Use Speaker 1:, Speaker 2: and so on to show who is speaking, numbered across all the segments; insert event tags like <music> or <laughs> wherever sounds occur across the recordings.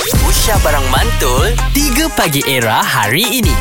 Speaker 1: Aisyah Barang Mantul 3 Pagi Era hari ini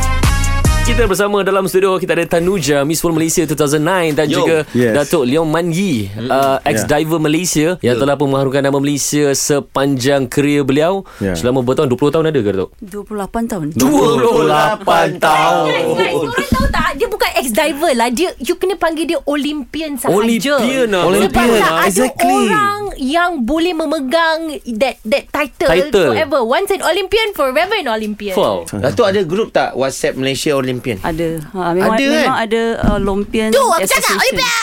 Speaker 2: Kita bersama dalam studio kita ada Tanuja Miss World Malaysia 2009 dan
Speaker 1: Yo.
Speaker 2: juga
Speaker 3: Yes.
Speaker 2: Datuk Leong Man Yi uh, ex diver Malaysia yang telah pemaharukan nama Malaysia sepanjang kerjaya beliau
Speaker 3: Ya.
Speaker 2: selama bertahun 20 tahun ada ke Datuk?
Speaker 4: 28 tahun.
Speaker 3: 28 tahun.
Speaker 2: Oh.
Speaker 5: Guys, guys, korang tahu tak Dia bukan ex-diver lah Dia You kena panggil dia Olympian sahaja
Speaker 2: Olympian lah.
Speaker 5: Sebab
Speaker 2: Olympian,
Speaker 5: tak ada
Speaker 3: exactly.
Speaker 5: orang Yang boleh memegang That that title,
Speaker 2: Title.
Speaker 5: Forever Once an Olympian Forever an Olympian
Speaker 2: Wow.
Speaker 6: Datuk ada grup tak WhatsApp Malaysia Olympian?
Speaker 4: Ada. Ha, memang
Speaker 6: Ada,
Speaker 4: ada,
Speaker 6: kan?
Speaker 4: memang ada uh, Lompian
Speaker 5: Tu aku cakap
Speaker 4: Association.
Speaker 5: Olympian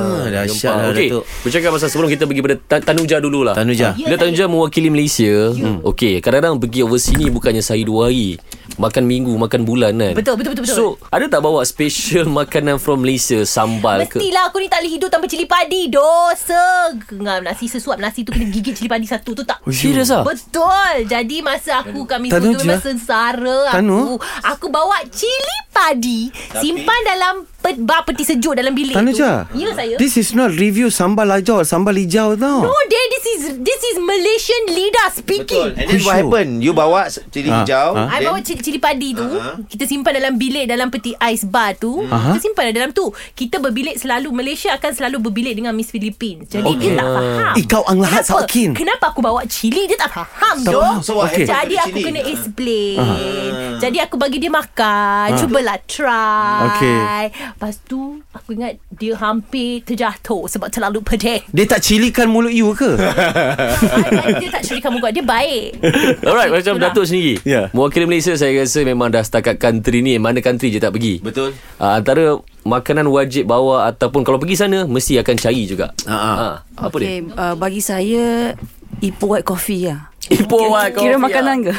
Speaker 2: Ah,
Speaker 6: dahsyat lah,
Speaker 2: okay.
Speaker 6: Datuk.
Speaker 2: Bercakap pasal sebelum kita pergi pada Tan- Tanuja dululah.
Speaker 6: Tanuja.
Speaker 2: Bila Tanuja mewakili Malaysia, hmm. okey, kadang-kadang pergi over sini bukannya sehari dua hari. Makan minggu, makan bulan kan.
Speaker 5: Betul, betul, betul, betul.
Speaker 2: So, ada tak bawa special <laughs> makanan from Malaysia, sambal ke?
Speaker 5: Mestilah aku ni tak boleh hidup tanpa cili padi Dosa Ngam nasi sesuap nasi tu kena gigit cili padi satu tu tak
Speaker 2: Serius ah?
Speaker 5: Betul Jadi masa aku kami
Speaker 3: Oh, Tanu
Speaker 5: Tanu tu
Speaker 3: je.
Speaker 5: memang sengsara
Speaker 3: Tanu?
Speaker 5: aku Aku bawa cili padi Simpan dalam pe- bar peti sejuk dalam bilik
Speaker 3: Tanu
Speaker 5: tu
Speaker 3: je.
Speaker 5: Ya saya
Speaker 3: This is not review sambal hijau, sambal hijau tau.
Speaker 5: No, Dad, this is this is Malaysian leader speaking.
Speaker 6: And then what
Speaker 3: Khusyuk.
Speaker 6: happened? You bawa s- cili
Speaker 3: Ah,
Speaker 6: hijau.
Speaker 3: ah.
Speaker 5: I
Speaker 6: then-
Speaker 5: bawa cili, cili padi tu uh-huh. Kita simpan dalam bilik Dalam peti ais bar tu uh-huh. Kita simpan dalam tu Kita berbilik selalu Malaysia akan selalu berbilik Dengan Miss Philippines Jadi okay. dia tak faham
Speaker 3: Eh, kau ang lahat
Speaker 5: Kenapa?
Speaker 3: sakin.
Speaker 5: Kenapa aku bawa cili Dia tak faham
Speaker 3: Tak
Speaker 5: doh.
Speaker 3: faham. So what
Speaker 6: Okay. happened
Speaker 5: Jadi
Speaker 6: to
Speaker 5: aku
Speaker 6: cili? Ah.
Speaker 5: kena explain Jadi aku bagi dia makan Cubalah try
Speaker 3: Okay.
Speaker 5: Lepas tu Aku ingat Dia hampir terjatuh Sebab terlalu
Speaker 6: <laughs>
Speaker 5: pedih
Speaker 3: Dia tak cilikan mulut you ke?
Speaker 5: Dia tak curi kamu kuat Dia baik
Speaker 2: Alright macam
Speaker 5: Itulah.
Speaker 2: Datuk sendiri
Speaker 3: Ya.
Speaker 2: Mewakili Malaysia saya rasa memang dah setakat country ni Mana country je tak pergi
Speaker 6: Betul.
Speaker 2: uh, Antara makanan wajib bawa Ataupun kalau pergi sana Mesti akan cari juga
Speaker 6: Ah, ah.
Speaker 2: Ah, Apa
Speaker 4: Okay, uh, bagi saya Ipoh White Coffee lah.
Speaker 2: dia? Ipoh
Speaker 4: Kira, kira makanan ke?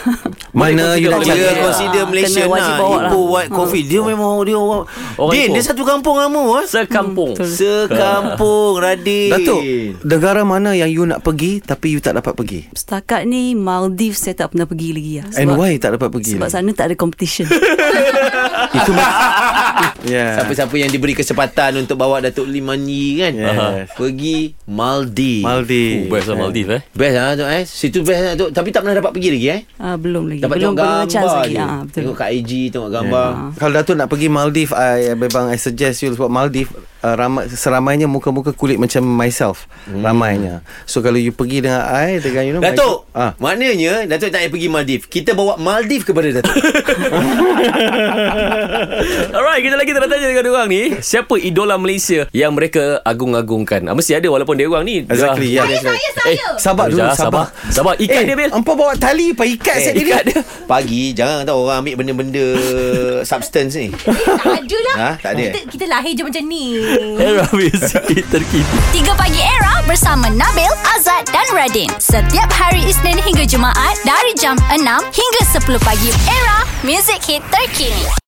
Speaker 3: Mana you nak
Speaker 2: Boleh consider,
Speaker 3: cakap?
Speaker 6: Dia
Speaker 2: boleh
Speaker 6: consider
Speaker 4: Ah,
Speaker 6: Malaysia
Speaker 4: kena wajib
Speaker 6: lah.
Speaker 4: bawa
Speaker 6: Ipoh
Speaker 4: lah.
Speaker 6: White Coffee. Dia memang dia orang.
Speaker 2: Orang
Speaker 6: Din,
Speaker 2: Ipoh.
Speaker 6: dia satu kampung kamu ah.
Speaker 2: Sekampung
Speaker 4: Hmm, betul.
Speaker 6: Sekampung Radin.
Speaker 3: Datuk, negara mana yang you nak pergi tapi you tak dapat pergi?
Speaker 4: Setakat ni Maldives saya tak pernah pergi lagi lah.
Speaker 3: And why tak dapat pergi?
Speaker 4: Sebab sana tak ada competition.
Speaker 3: Itu yeah.
Speaker 6: Siapa-siapa yang diberi kesempatan untuk bawa Datuk Limani kan.
Speaker 3: Yes.
Speaker 6: Pergi Maldives.
Speaker 2: Oh,
Speaker 3: Maldives.
Speaker 2: best lah Maldives eh
Speaker 6: Best lah Datuk eh. Situ best lah Datuk. Tapi tak pernah dapat pergi lagi eh.
Speaker 4: uh, belum lagi.
Speaker 6: Dapat
Speaker 4: belum
Speaker 6: tengok gambar
Speaker 4: belum chance lagi.
Speaker 6: je.
Speaker 4: Ah, betul. Ah.
Speaker 6: Tengok kat IG, tengok gambar.
Speaker 3: Uh, Kalau Datuk nak pergi Maldives, I memang I suggest you sebab Maldives uh, ramai seramainya muka-muka kulit macam myself. Ramainya. So kalau you pergi dengan I dengan you know my-
Speaker 6: Datuk,
Speaker 3: Ah.
Speaker 6: maknanya Datuk tak payah pergi Maldives. Kita bawa Maldives kepada Datuk.
Speaker 2: Alright kita lagi tanya dengan diorang ni Siapa idola Malaysia Yang mereka agung-agungkan Ah, Mesti ada walaupun diorang ni dah-
Speaker 3: Exactly. Yeah. that's right.
Speaker 5: Saya saya
Speaker 2: Eh
Speaker 3: Sabar dulu,
Speaker 2: Tanuja,
Speaker 3: sabar.
Speaker 2: Sabar Ikat
Speaker 3: eh,
Speaker 2: dia Bil
Speaker 3: Ampun bawa tali pa ikat eh,
Speaker 6: Eh,
Speaker 3: set diri.
Speaker 2: Ikat dia
Speaker 3: <laughs>
Speaker 6: Pagi jangan tahu orang ambil benda-benda substance ni.
Speaker 5: Tak ada lah
Speaker 6: Ha, tak ada.
Speaker 5: kita, kita lahir je macam ni
Speaker 2: Era muzik Eh, terkini
Speaker 7: 3 Pagi Era bersama Nabil, Azad dan Radin. Setiap hari Isnin hingga Jumaat dari jam 6 hingga 10 pagi. Era, music hit terkini.